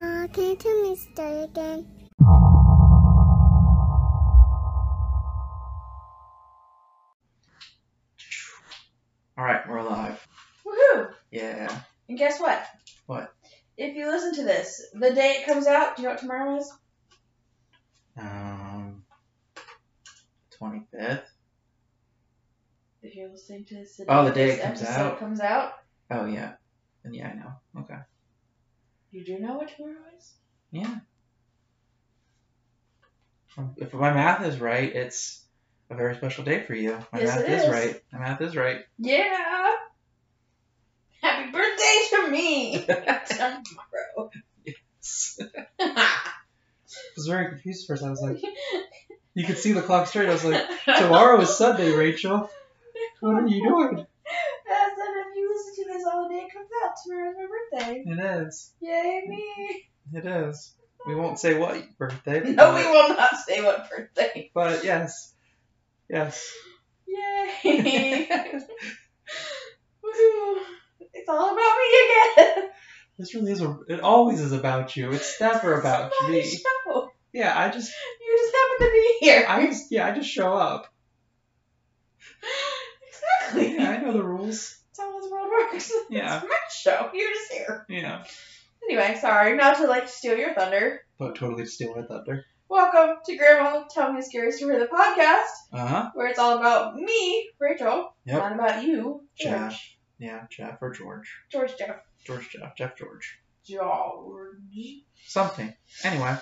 Uh, can you tell me a story again? All right, we're alive. Woohoo! Yeah. And guess what? What? If you listen to this, the day it comes out, do you know what tomorrow is? Um, 25th. If you're listening to this, Oh, the day this it comes episode out. comes out, Oh yeah. And yeah, I know. Okay. you do know what tomorrow is? Yeah. Um, If my math is right, it's a very special day for you. My Yes, math it is is. right. My math is right. Yeah! Happy birthday to me! tomorrow. I was very confused first. I was like, you could see the clock straight. I was like, tomorrow is Sunday, Rachel. What are you doing? That's that if you listen to this all the day it comes out, tomorrow's my birthday. It is. Yay me! It is. We won't say what birthday. No, but- we will not say what birthday. But yes, yes. Yay! Woohoo! It's all about me again! This really is a. It always is about you. It's never about Somebody me. show. Yeah, I just, You just happen to be here. I just, yeah, I just show up. exactly. Yeah, I know the rules. That's how this world works. Yeah. It's my show. You're just here. Yeah. Anyway, sorry. Not to like steal your thunder. But totally steal my thunder. Welcome to Grandma Tell Me a Scary Story, the podcast, Uh huh. where it's all about me, Rachel, Yep. not about you, Yeah. George. Yeah, Jeff or George. George, Jeff. George Jeff. Jeff George. George. Something. Anyway.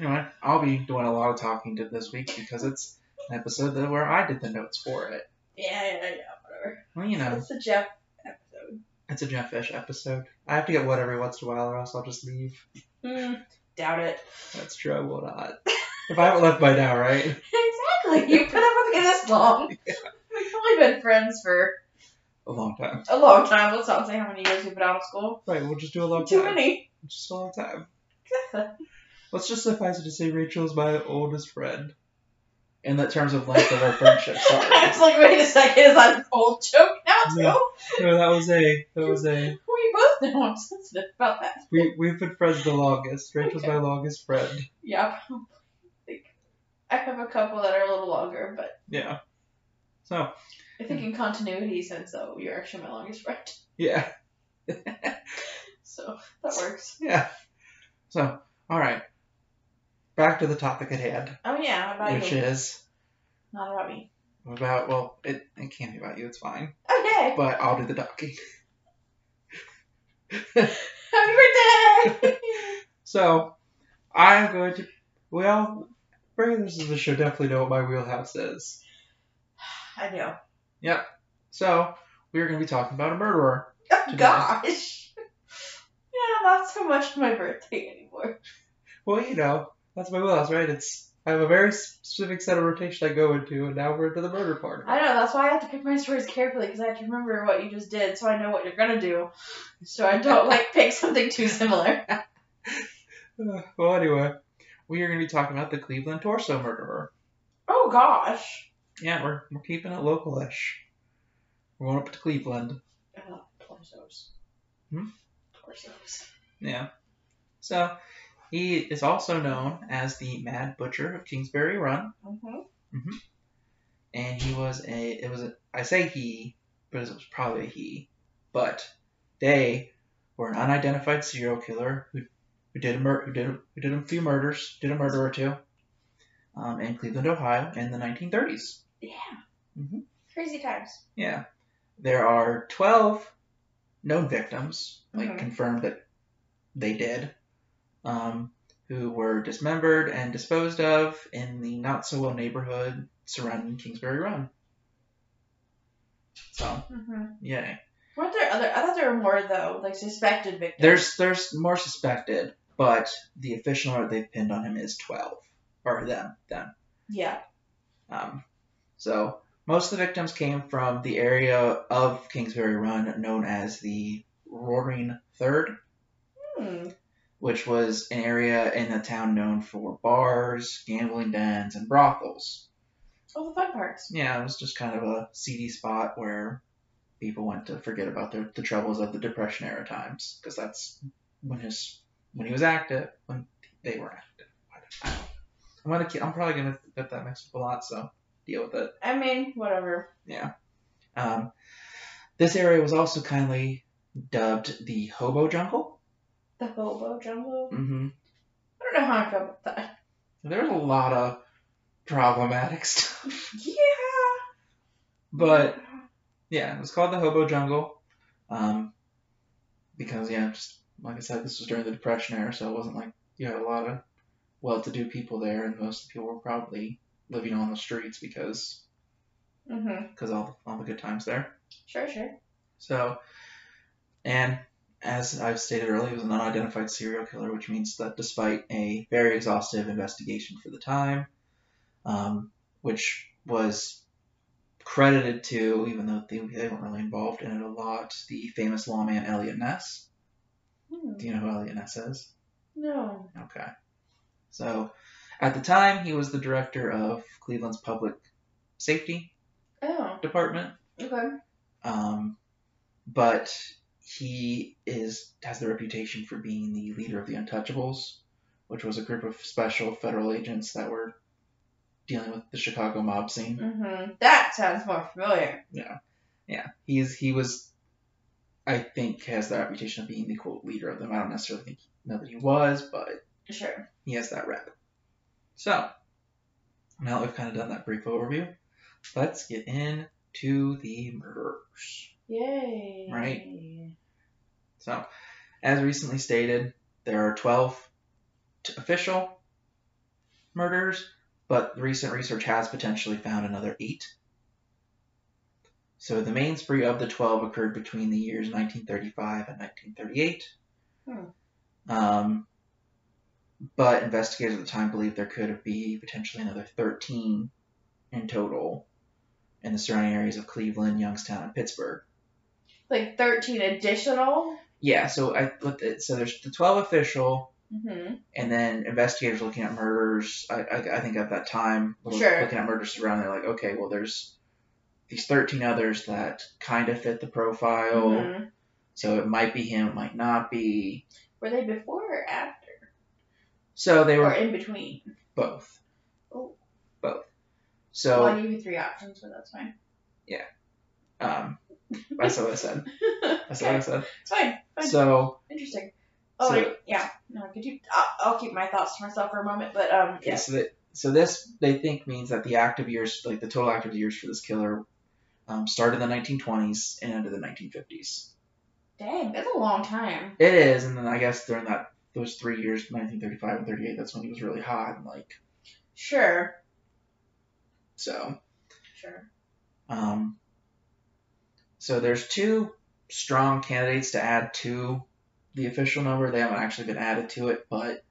Anyway, I'll be doing a lot of talking to this week because it's an episode that where I did the notes for it. Yeah, yeah, yeah, whatever. Well, you know, It's the Jeff episode. it's a Jeff Fish episode. I have to get one every once in a while or else I'll just leave. Hmm, doubt it. That's true, I will not. If I haven't left by now, right? exactly. You've been up with me this long. We've only been friends for A long time. a long time. Let's not say how many years we've been out of school. Right, we'll just do a long Too time. many. Just a long time. Let's just suffice it to say Rachel's my oldest friend. In the terms of length of our friendship, sorry. I was like, wait a second, is that an old joke now too? No. No, that was a that was a We both know I'm sensitive about that. we we've been friends the longest. Rachel's my longest friend. Yeah. Like, I have a couple that are a little longer, but Yeah. So I think in continuity sense though, you're actually my longest friend. yeah. So that works. Yeah. So, alright. Back to the topic at hand. Oh yeah, how about Which you? is Not about me. about well, it, it can't be about you, it's fine. Okay. But I'll do the talking. Happy birthday! So, I'm going to. Well, regulars of the show definitely know what my wheelhouse is. I know. So, we're going to be talking about a murderer. Oh today. gosh. Yeah, not so much my birthday anymore. Well, you know, that's my wheelhouse, right? It's I have a very specific set of rotation I go into, and now we're into the murder part. I know, that's why I have to pick my stories carefully because I have to remember what you just did so I know what you're gonna do. So I don't like pick something too similar. Uh, well, anyway, we are going to be talking about the Cleveland torso murderer. Oh gosh. Yeah, we're, we're keeping it localish. We're going up to Cleveland. I love torsos. Hmm? Torsos. Yeah. So, he is also known as the Mad Butcher of Kingsbury Run. Mm-hmm. and he was a it was a, I say he but it was probably a he but they were an unidentified serial killer who who did a mur- who did a, who did a few murders did a murder or two um, in Cleveland Ohio in the 1930s Yeah. Mhm. Crazy times. yeah there are 12 known victims like Mhm. confirmed that they did um, who were dismembered and disposed of in the not so well neighborhood surrounding Kingsbury Run so Mm-hmm. Yeah. Weren't there other? I thought there were more though, like suspected victims. There's there's more suspected, but the official number they've pinned on him is twelve. Or them, them. Yeah. Um, so most of the victims came from the area of Kingsbury Run known as the Roaring Third, Hmm. which was an area in the town known for bars, gambling dens, and brothels. All the fun parts. Yeah, it was just kind of a seedy spot where people went to forget about their, the troubles of the Depression era times, because that's when his when he was active, when they were active. I don't know. I'm gonna keep, I'm probably gonna get that mixed up a lot, so deal with it. I mean, whatever. Um, this area was also kindly dubbed the hobo jungle. The hobo jumbo. Mm-hmm. I don't know how I feel about that. There's a lot of problematic stuff, Yeah. but yeah, it was called the hobo jungle, um, because yeah, just like I said, this was during the Depression era, so it wasn't like you had a lot of well-to-do people there, and most of the people were probably living on the streets because Mm-hmm. because all all the good times there. Sure, sure. So, and as I've stated earlier, it was an unidentified serial killer, which means that despite a very exhaustive investigation for the time, um, which was credited to, even though they, they weren't really involved in it a lot, the famous lawman Elliot Ness. Hmm. Do you know who Elliot Ness is? No. Okay. So, at the time, he was the director of Cleveland's Public Safety Oh. Department. Okay. um, but he is has the reputation for being the leader of the Untouchables, which was a group of special federal agents that were dealing with the Chicago mob scene. Mm-hmm. That sounds more familiar. Yeah, he's he was, I think, has the reputation of being the quote leader of them. I don't necessarily think know that he was, but Sure. he has that rep. So now that we've kind of done that brief overview, let's get into the murders. Yay. Right. So, as recently stated, there are 12 t- official murders, but recent research has potentially found another eight. So, the main spree of the 12 occurred between the years 1935 and 1938. Um, but investigators at the time believed there could be potentially another 13 in total in the surrounding areas of Cleveland, Youngstown, and Pittsburgh. Like 13 additional? Yeah, so I looked at so there's the twelve official, Mm-hmm. and then investigators looking at murders. I, I, I think at that time, look- Sure. looking at murders around, they're like, okay, well, there's these thirteen others that kind of fit the profile, Mm-hmm. so it might be him, it might not be. Were they before or after? So they Or were in between? both. Oh. Both. So Well, I gave you three options, but that's fine. um, that's what I said. That's what I Okay. said. It's fine. Fine. So Interesting. Oh, So- yeah. No, could you? I'll, I'll keep my thoughts to myself for a moment, but um, Okay, so that so this they think means that the active years, like the total active years for this killer, um, started in the 1920s and ended in the 1950s. Dang, that's a long time. It is, and then I guess during that those three years, 1935 and 38, that's when he was really hot and like Sure. so. Sure. Um, so there's two strong candidates to add to the official number. They haven't actually been added to it, but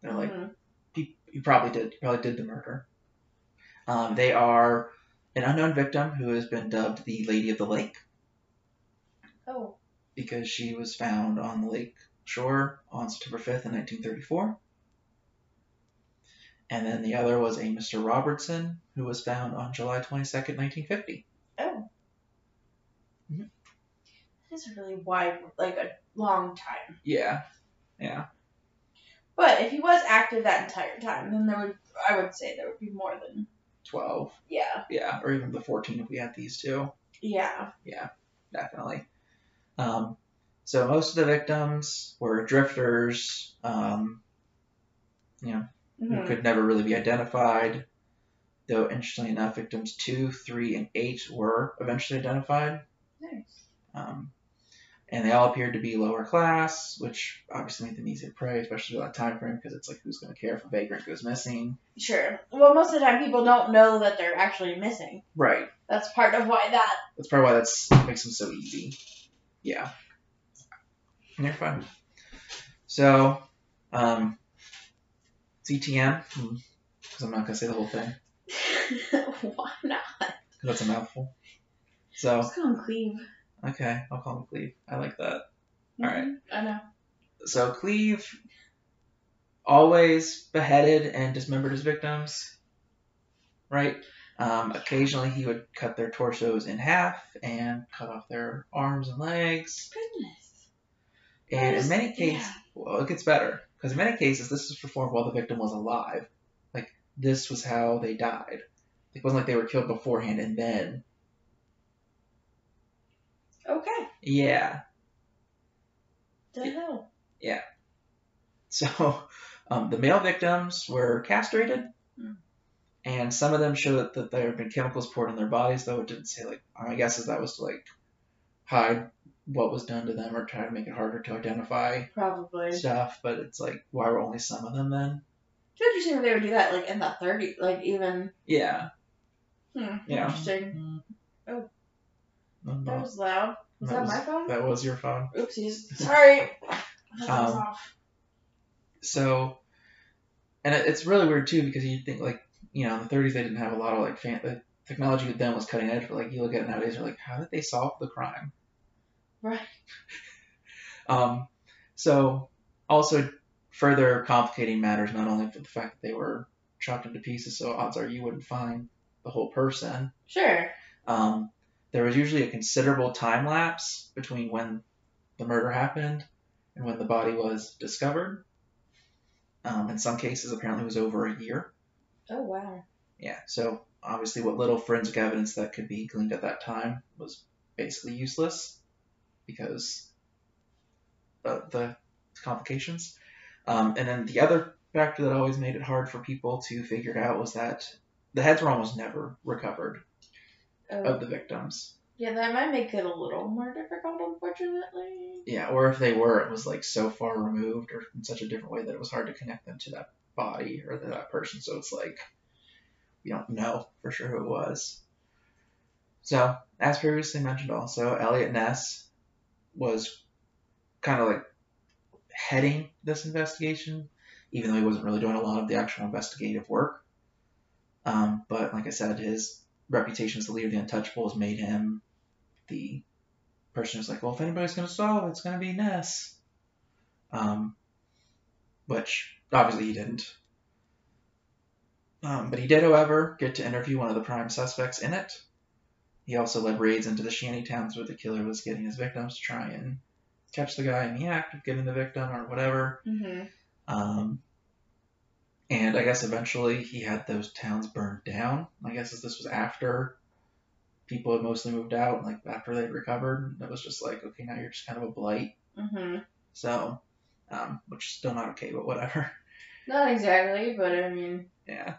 they're like. Mhm. he, he probably did. He probably did the murder. Um, they are an unknown victim who has been dubbed the Lady of the Lake Oh. because she was found on the lake shore on September 5th in 1934. And then the other was a Mr. Robertson who was found on July 22nd, 1950. Oh. Mhm. That is a really wide, like a long time. Yeah. But if he was active that entire time, then there would, I would say there would be more than, 12. yeah, Yeah. Or even the 14 if we had these two. yeah. definitely. Um, so most of the victims were drifters um, who Mhm. could never really be identified. Though interestingly enough, victims two, three, and eight were eventually identified, Nice. um, and they all appeared to be lower class, which obviously made them easier prey, especially with that time frame, because it's like who's going to care if a vagrant goes missing? Sure. Well, most of the time people don't know that they're actually missing. Right. That's part of why that. That's probably why that's makes them so easy. Yeah. And they're fun. So, um, CTM, because Hmm. I'm not gonna say the whole thing, why not? 'cause that's a mouthful. So, Let's go and cleave. okay, I'll call him Cleve. I like that. All right. Mhm. I know. So Cleve always beheaded and dismembered his victims, right? Um, occasionally he would cut their torsos in half and cut off their arms and legs. Goodness. And in many Yeah. cases, well, it gets better because in many cases, this is performed while the victim was alive. Like this was how they died. It wasn't like they were killed beforehand and then. Okay. Yeah. Don't know. So, um, the male victims were castrated, Hmm. and some of them show that, that there have been chemicals poured on their bodies, though it didn't say like. My guess is that was to like hide what was done to them or try to make it harder to identify Probably. stuff. But it's like, why were only some of them then? It's interesting if they would do that like in the 30s, like even. Yeah. Hmm, Yeah. Interesting. Well, That was loud. Was that, that was- my phone? that was your phone. Oopsies. Sorry. That was Um, off. So, and it, it's really weird too because you think like you know in the 30s they didn't have a lot of like fan like, technology then was cutting edge, but like you look at it nowadays, you're like, how did they solve the crime? Right. Um, so also further complicating matters not only for the fact that they were chopped into pieces, so odds are you wouldn't find the whole person. Sure. Um, there was usually a considerable time lapse between when the murder happened and when the body was discovered. Um, in some cases, apparently, it was over a year. Oh wow. Yeah, so obviously, what little forensic evidence that could be gleaned at that time was basically useless because of the complications. Um, and then the other factor that always made it hard for people to figure it out was that the heads were almost never recovered Oh. of the victims. Yeah, that might make it a little more difficult, unfortunately. Yeah, or if they were, it was like so far removed or in such a different way that it was hard to connect them to that body or to that person. So it's like we don't know for sure who it was. So, as previously mentioned, also Elliot Ness was kind of like heading this investigation, even though he wasn't really doing a lot of the actual investigative work. Um, but like I said, his reputation as the leader of the Untouchables made him the person who's like, well, if anybody's going to solve it, it's going to be Ness. Um, which obviously he didn't. Um, but he did, however, get to interview one of the prime suspects in it. He also led raids into the shanty towns where the killer was getting his victims to try and catch the guy in the act of getting the victim or whatever. Mm-hmm. Um, and I guess eventually he had those towns burned down. I guess as this was after people had mostly moved out, like after they recovered, it was just like, okay, now you're just kind of a blight. Mm-hmm. So, um, which is still not okay, but whatever. Not exactly, but I mean, yeah.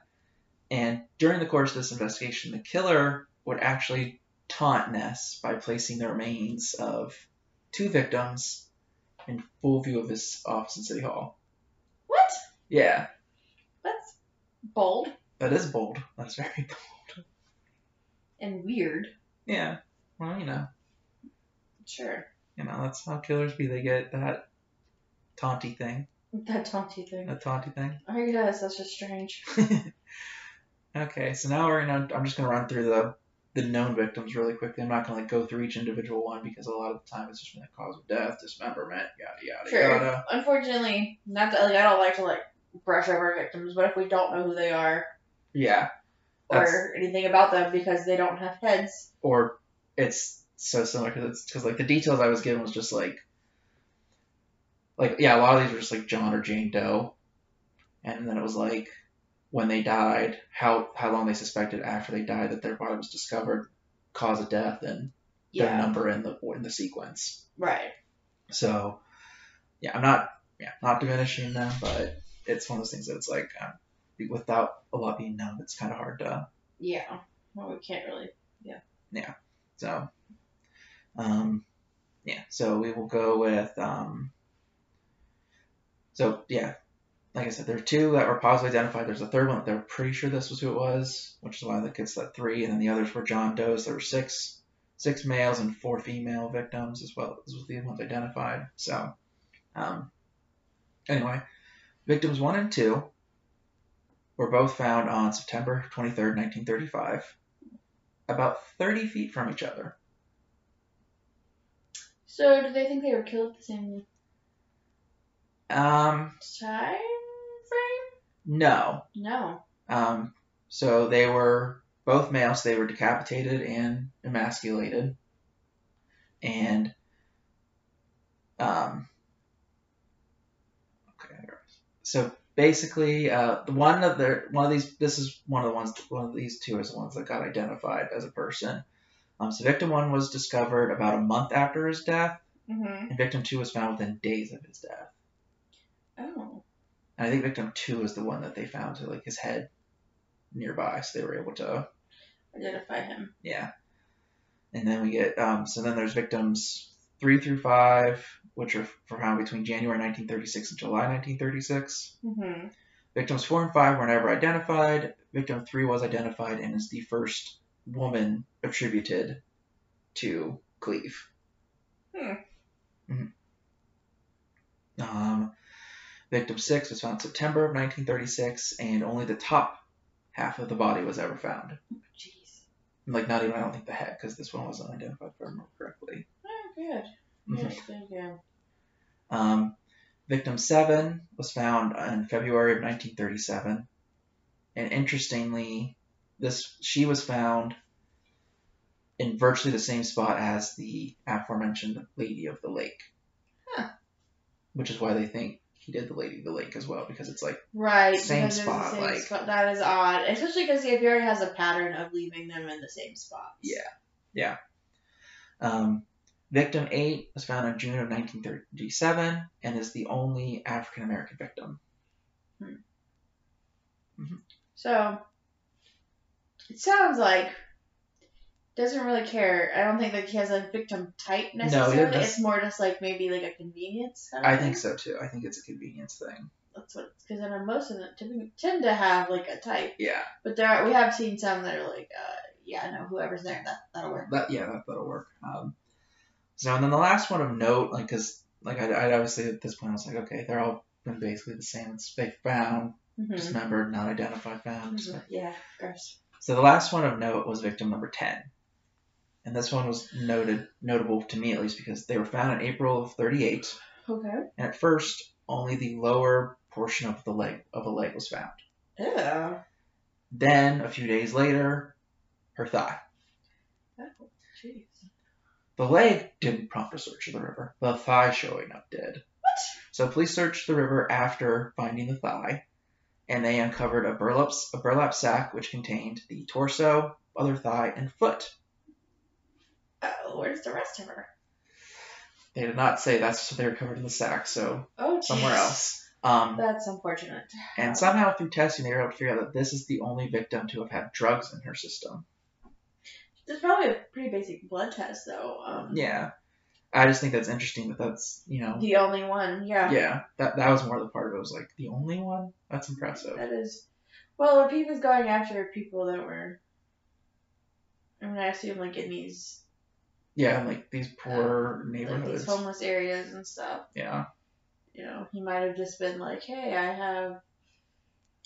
And during the course of this investigation, the killer would actually taunt Ness by placing the remains of two victims in full view of his office in City Hall. what? Yeah, That's bold that is bold. That's very bold. and weird. Yeah. Well, you know, Sure. you know, that's how killers be. They get that taunty thing, That taunty thing. that taunty thing. I guess that's just strange. okay, so now we're gonna. I'm just gonna run through the the known victims really quickly. I'm not gonna like go through each individual one because a lot of the time it's just been the cause of death, dismemberment, yada yada Sure. yada. Unfortunately, not that like I don't like to like brush over victims, but if we don't know who they are Yeah, That's- or anything about them because they don't have heads, or it's so similar because it's because like the details I was given was just like like yeah, a lot of these were just like John or Jane Doe, and then it was like when they died, how how long they suspected after they died that their body was discovered, cause of death, and their yeah, number in the in the sequence. right. So, yeah, I'm not, yeah, not diminishing them, but it's one of those things that it's like, um, without a lot being known, it's kind of hard to. Yeah. Well, we can't really. So, um, yeah, so we will go with, um, so yeah, like I said, there are two that were positively identified. There's a third one that they're pretty sure this was who it was, which is why that gets that three, and then the others were John Doe's. There were six, six males and four female victims as well as the ones identified. So, um, anyway, victims one and two were both found on September 23rd, 1935, about 30 feet from each other. So, do they think they were killed at the same Um, time frame? no. No. Um, so they were both males. They were decapitated and emasculated, and um, So basically, uh, the one of the one of these this is one of the ones one of these two is the ones that got identified as a person. Um, so victim one was discovered about a month after his death, Mm-hmm. and victim two was found within days of his death. Oh. And I think victim two is the one that they found so, like his head nearby, so they were able to Identify him. yeah. And then we get um, so then there's victims three through five, which are found between January 1936 and July 1936. Mm-hmm. Victims four and five were never identified. Victim three was identified and is the first woman attributed to Cleve. Hmm. Mhm. Um, victim six was found September of 1936, and only the top half of the body was ever found. Jeez. Like not even I don't think the head, because this one wasn't identified if I remember correctly. Oh, good. Mhm. Yes, there you go. Um, victim seven was found in February of 1937, and interestingly, this she was found in virtually the same spot as the aforementioned Lady of the Lake, Huh. which is why they think he did the Lady of the Lake as well, because it's like Right. Same because it's the spot, same like- spot. That is odd, especially because the aviary has a pattern of leaving them in the same spots. Yeah. um, victim eight was found in June of 1937 and is the only African American victim. So it sounds like doesn't really care. I don't think that he has a victim type No, he necessarily. doesn't. it's more just like maybe like a convenience. kind of I think thing. so too. I think it's a convenience thing. That's what it's because I know most of them typ- tend to have like a type, Yeah, but there are, we have seen some that are like, uh, yeah, no, whoever's there, that that'll work. that yeah that, that'll work um so and then the last one of note like because like I, I obviously at this point i was like okay they're all been basically the same it's they found Mm-hmm. dismembered not identified found dismembered. Yeah, gross. so the last one of note was victim number 10 and this one was noted notable to me at least because they were found in april of 38 Okay. and at first only the lower portion of the leg of a leg was found Yeah. then a few days later her thigh Oh, jeez. The leg didn't prompt a search of the river. The thigh showing up did. What? So police searched the river after finding the thigh, and they uncovered a burlap, a burlap sack which contained the torso, other thigh, and foot. Oh, where's the rest of her? They did not say that's what they recovered in the sack, so Oh, jeez. somewhere else. Um, That's unfortunate. and somehow through testing, they were able to figure out that this is the only victim to have had drugs in her system. There's probably a pretty basic blood test though. Um, Yeah, I just think that's interesting that that's you know The only one, yeah. yeah that that was more the part of it was like the only one that's impressive. That is. Well, if he was going after people that were. I mean, I assume like in these Yeah, and, like these poor like neighborhoods. these homeless areas and stuff, yeah, you know, he might have just been like, "Hey, I have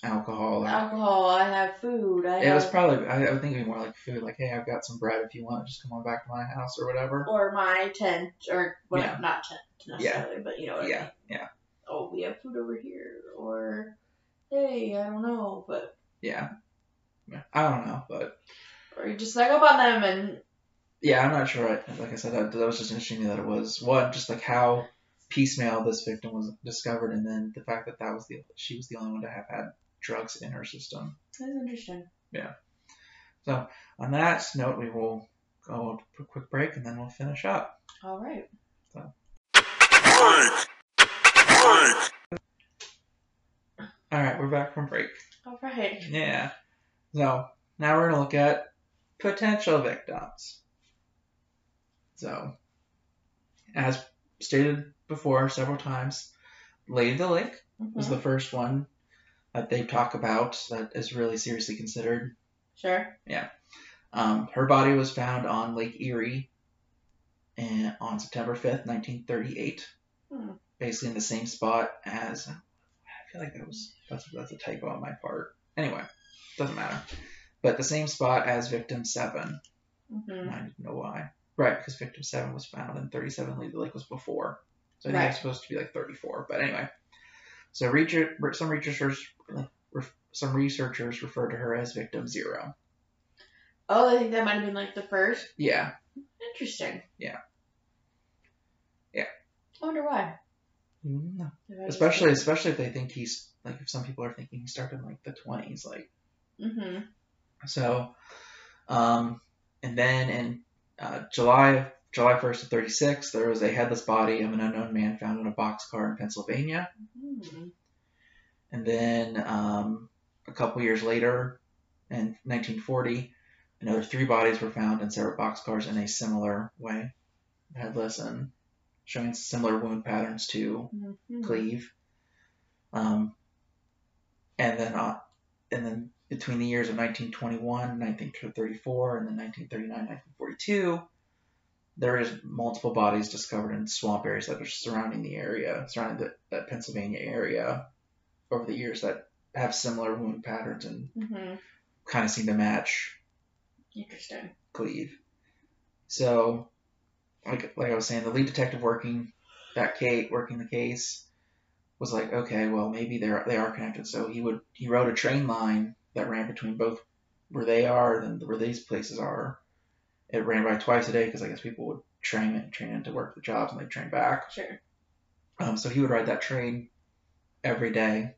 alcohol. or- alcohol, I have food, I It have was probably I, I would think it'd be more like food. Like, hey, I've got some bread if you want. Just come on back to my house or whatever. or my tent or well, Yeah. not tent necessarily, but you know, what I Yeah, mean. yeah. Oh, we have food over here, or hey, I don't know, but Yeah, Yeah, I don't know, but or you just snuck up on them and yeah, I'm not sure. I, like I said, that, that was just interesting to me that it was one just like how piecemeal this victim was discovered, and then the fact that that was the she was the only one to have had drugs in her system. that's interesting. On that note, we will go to a quick break and then we'll finish up. All right. All right, we're back from break. All right. Yeah. So now we're gonna look at potential victims. So, as stated before several times, Lady of the Lake was Mhm. the first one that they talk about that is really seriously considered. Sure. Um, her body was found on Lake Erie and on September 5th, 1938. Hmm. Basically in the same spot as. I feel like that was that's, that's a typo on my part. Anyway, doesn't matter. But the same spot as victim 7. hmm And I didn't know why. Right, because victim 7 was found and 37 Lady Lake was before. So I think Right. it's supposed to be like 34. But anyway. So research, some researchers some researchers refer to her as victim 0. Oh, I think that might have been like the first. Yeah. Interesting. Yeah. Yeah. I wonder why. No. If I just- Especially, especially if they think he's like, if some people are thinking he started in like the twenties, like Mhm. so. Um, and then in uh, July, July first of thirty six, there was a headless body of an unknown man found in a boxcar in Pennsylvania. Mhm. And then um, a couple years later, in 1940, another three bodies were found in separate boxcars in a similar way, headless and showing similar wound patterns to Mhm. Cleve. Um, and then uh, and then between the years of 1921, 1934, and then 1939, 1942, there is multiple bodies discovered in swamp areas that are surrounding the area, surrounding the, that Pennsylvania area over the years that have similar wound patterns and Mhm. kind of seem to match Interesting. Cleve. So, like like I was saying, the lead detective working that Kate working the case was like, okay, well maybe they're they are connected. So he would he wrote a train line that ran between both where they are and where these places are. It ran by twice a day because I guess people would train it train in to work the jobs and they train back. Sure. Um, so he would ride that train every day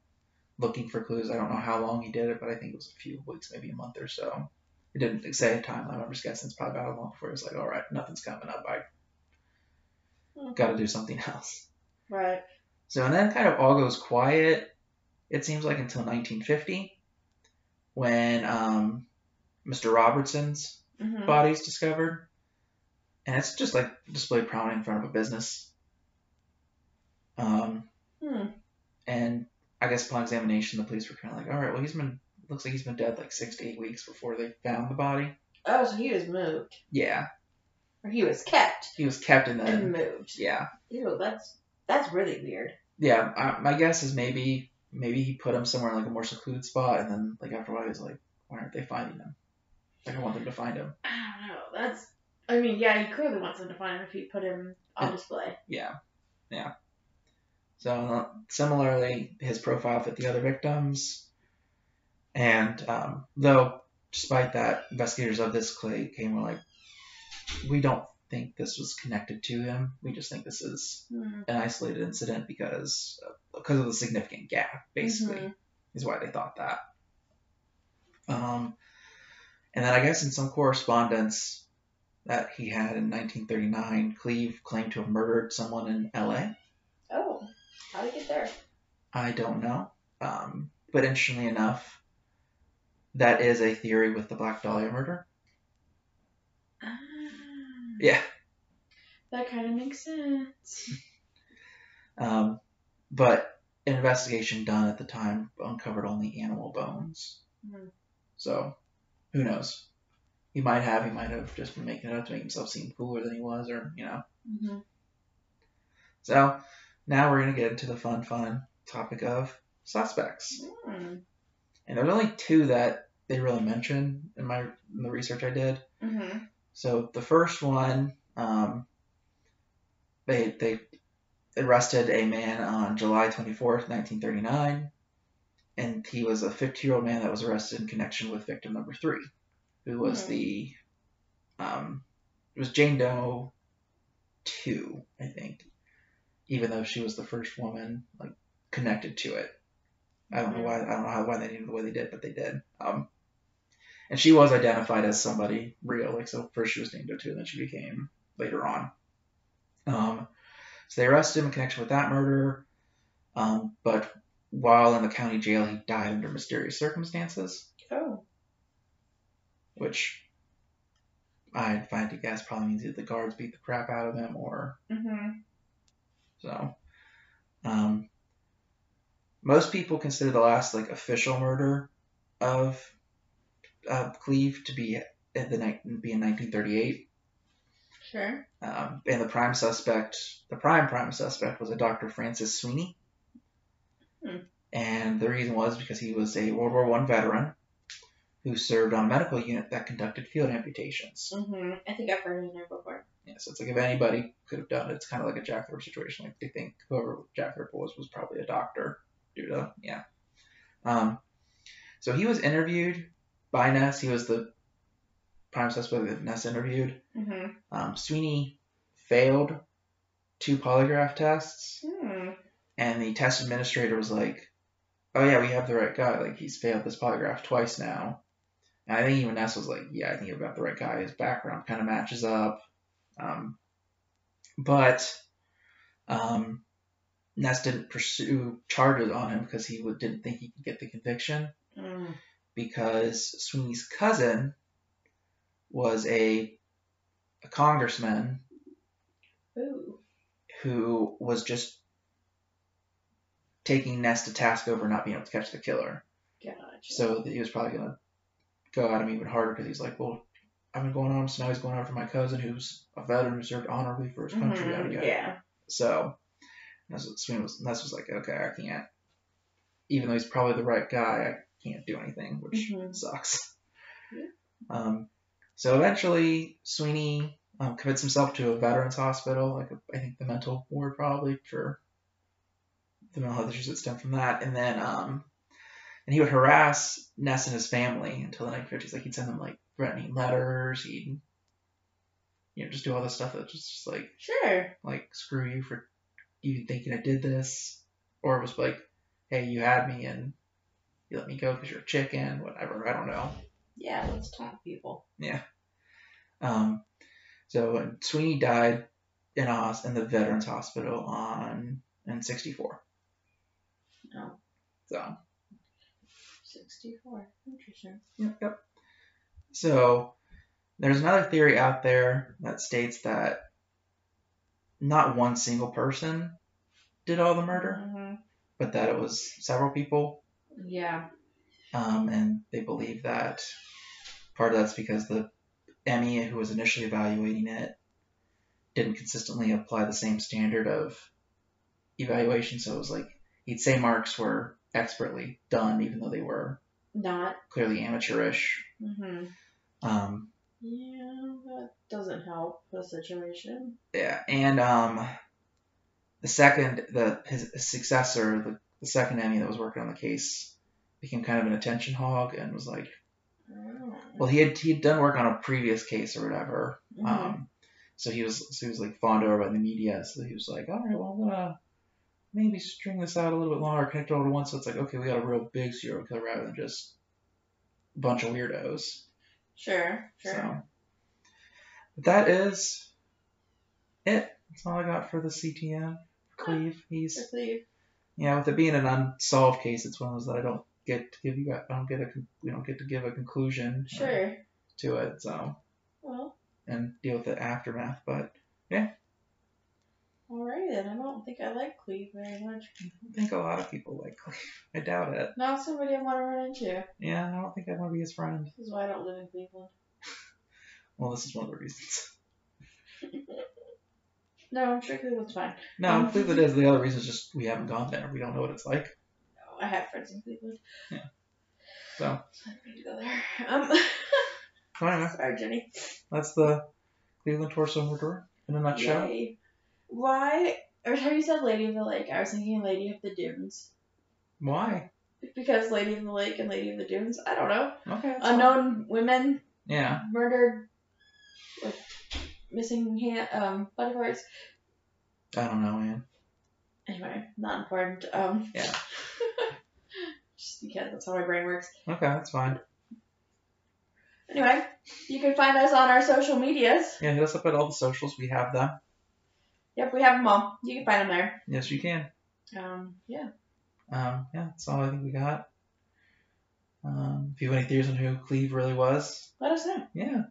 looking for clues. I don't know how long he did it, but I think it was a few weeks, maybe a month or so. It didn't say a timeline. I'm just guessing it's probably about a month before he was like, all right, nothing's coming up. I Hmm. got to do something else. Right. So, and then kind of all goes quiet, it seems like, until 1950 when um, Mr. Robertson's Mhm. bodies discovered, and it's just like displayed prominently in front of a business. Um, Hmm. and I guess upon examination, the police were kind of like, all right, well, he's been looks like he's been dead like six to eight weeks before they found the body. Oh, so he was moved, Yeah, or he was kept he was kept in and the. moved. Yeah, Ew, that's that's really weird. yeah. I, my guess is maybe maybe he put him somewhere in like a more secluded spot, and then like after a while, he was like, why aren't they finding him? Like I want them to find him. I don't know. That's. I mean, yeah, he clearly wants them to find him if he put him on Yeah. display. Yeah, yeah. So uh, similarly, his profile fit the other victims, and um, though despite that, investigators of this clay came were like, we don't think this was connected to him. We just think this is Hmm. an isolated incident because because of the significant gap, basically, is why they thought that. Um, and then I guess in some correspondence that he had in 1939, Cleve claimed to have murdered someone in L.A. Oh, how did he get there? I don't know, um, but interestingly enough, that is a theory with the Black Dahlia murder. Ah, Yeah. That kind of makes sense. Um, but an investigation done at the time uncovered only animal bones. Hmm. So, who knows? He might have, he might have just been making it up to make himself seem cooler than he was, or, you know. Mhm. So, now we're going to get into the fun, fun topic of suspects. Mhm. And there's only two that they really mention in my in the research I did. Mhm. So the first one, um, they they arrested a man on July 24th, 1939, and he was a 50 year old man that was arrested in connection with victim number three, who was Hmm. the um, it was Jane Doe two, I think, even though she was the first woman like connected to it. I don't know why I don't know how why they named it the way they did, but they did. Um, and she was identified as somebody real. Like so, first she was named O'Toole, then she became later on. Um, so they arrested him in connection with that murder. Um, but while in the county jail, he died under mysterious circumstances, Oh. which I find to guess probably means either the guards beat the crap out of him or Mhm. so, um, most people consider the last like official murder of uh, Cleve to be at the night be in 1938, Sure. um, and the prime suspect, the prime prime suspect, was a Dr. Francis Sweeney. Hmm. And the reason was because he was a World War One veteran who served on a medical unit that conducted field amputations. Mhm. I think I've heard his name before. Yeah, so it's like if anybody could have done it, it's kind of like a Jack the Ripper situation. Like they think whoever Jack the Ripper was was probably a doctor, due to yeah. Um, so he was interviewed by Ness. He was the prime suspect that Ness interviewed. Mhm. Um, Sweeney failed two polygraph tests, Hmm. and the test administrator was like, "Oh yeah, we have the right guy. Like he's failed this polygraph twice now." And I think even Ness was like, "Yeah, I think I've got the right guy. His background kind of matches up." Um, but um, Ness didn't pursue charges on him because he would, didn't think he could get the conviction Mm. because Sweeney's cousin was a, a congressman Ooh. who was just taking Ness to task over not being able to catch the killer. Gotcha. So he was probably going to go at him even harder because he's like, well, I've been going on him, so now he's going after my cousin who's a veteran who served honorably for his country. Mhm, yada, yada, yeah. So that's what Sweeney was. That's was like, okay, I can't. Even though he's probably the right guy, I can't do anything, which Mhm. sucks. Yeah. Um, so eventually, Sweeney um, commits himself to a veterans hospital, like a, I think the mental ward probably for the mental health issues that stem from that, and then um, and he would harass Ness and his family until the 1950s. Like he'd send them like threatening letters. He'd you know just do all this stuff that's just like Sure. like screw you for even thinking I did this, or it was like, hey, you had me and you let me go because you're a chicken, whatever. I don't know. Yeah, let's taunt people. Um, so when Sweeney died in a hos- in the Veterans Hospital on in '64. Oh. So 64. Interesting. yep, yep. So there's another theory out there that states that not one single person did all the murder, Mhm. but that it was several people Yeah. um, and they believe that part of that's because the Emmy, who was initially evaluating it, didn't consistently apply the same standard of evaluation. So it was like he'd say marks were expertly done, even though they were Not. clearly amateurish. hmm Um, Yeah, that doesn't help the situation. yeah, and um, the second, the his successor, the, the second Emmy that was working on the case, became kind of an attention hog and was like, Oh. well, he had he'd done work on a previous case or whatever. Mhm. Um, so he was so he was like fawned over by the media. So he was like, all right, well I'm gonna maybe string this out a little bit longer, connect it all to once. So it's like, okay, we got a real big serial killer rather than just a bunch of weirdos. Sure. Sure. So but that is it. That's all I got for the CTN. Cleve, he's Just leave. yeah. With it being an unsolved case, it's one of those that I don't get to give you. I don't get a con- we don't get to give a conclusion uh, Sure. to it. So Well, and deal with the aftermath. But alright then. I don't think I like Cleve very much. I don't think a lot of people like Cleve. I doubt it. Not somebody I want to run into. Yeah, I don't think I want to be his friend. This is why I don't live in Cleveland. Well, this is one of the reasons. No, I'm sure Cleveland's fine. No, Um, Cleveland is the other reason is just we haven't gone there. We don't know what it's like. No, Oh, I have friends in Cleveland. Yeah. So. I don't need to go there. Um, Anyway, sorry, Jenny. that's the Cleveland torso murderer in a nutshell. Yay. Why? Every time you said Lady of the Lake, I was thinking Lady of the Dunes. Why? Because Lady of the Lake and Lady of the Dunes, I don't know. Okay. that's fine. Unknown women Yeah. murdered with missing hand, um, body parts. I don't know, man. Anyway, not important. Um, Yeah. just because that's how my brain works. Okay, that's fine. Anyway, you can find us on our social medias. Yeah, hit us up at all the socials. We have them. Yep, we have them all. You can find them there. Yes, you can. Um, yeah. Um, yeah, that's all I think we got. Um, if you have any theories on who Cleve really was, Let us know. yeah.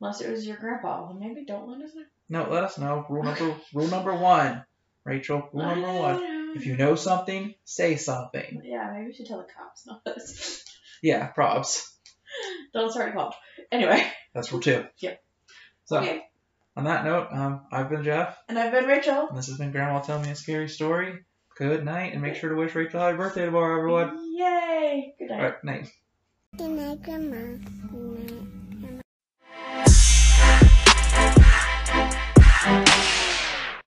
Unless it was your grandpa. Well, maybe don't let us know. No, let us know. Rule number rule number one, Rachel. Rule I number one. don't If you know something, say something. Yeah, maybe we should tell the cops, not us. Yeah, props. Don't start a cult. Anyway, That's rule two. Yeah. So okay. on that note, um, I've been Jeff, And I've been Rachel. and this has been Grandma Tell Me a Scary Story. Good night, and make sure to wish Rachel happy birthday tomorrow, everyone. Yay! Good night. All right, night. Good night, Grandma. Good night.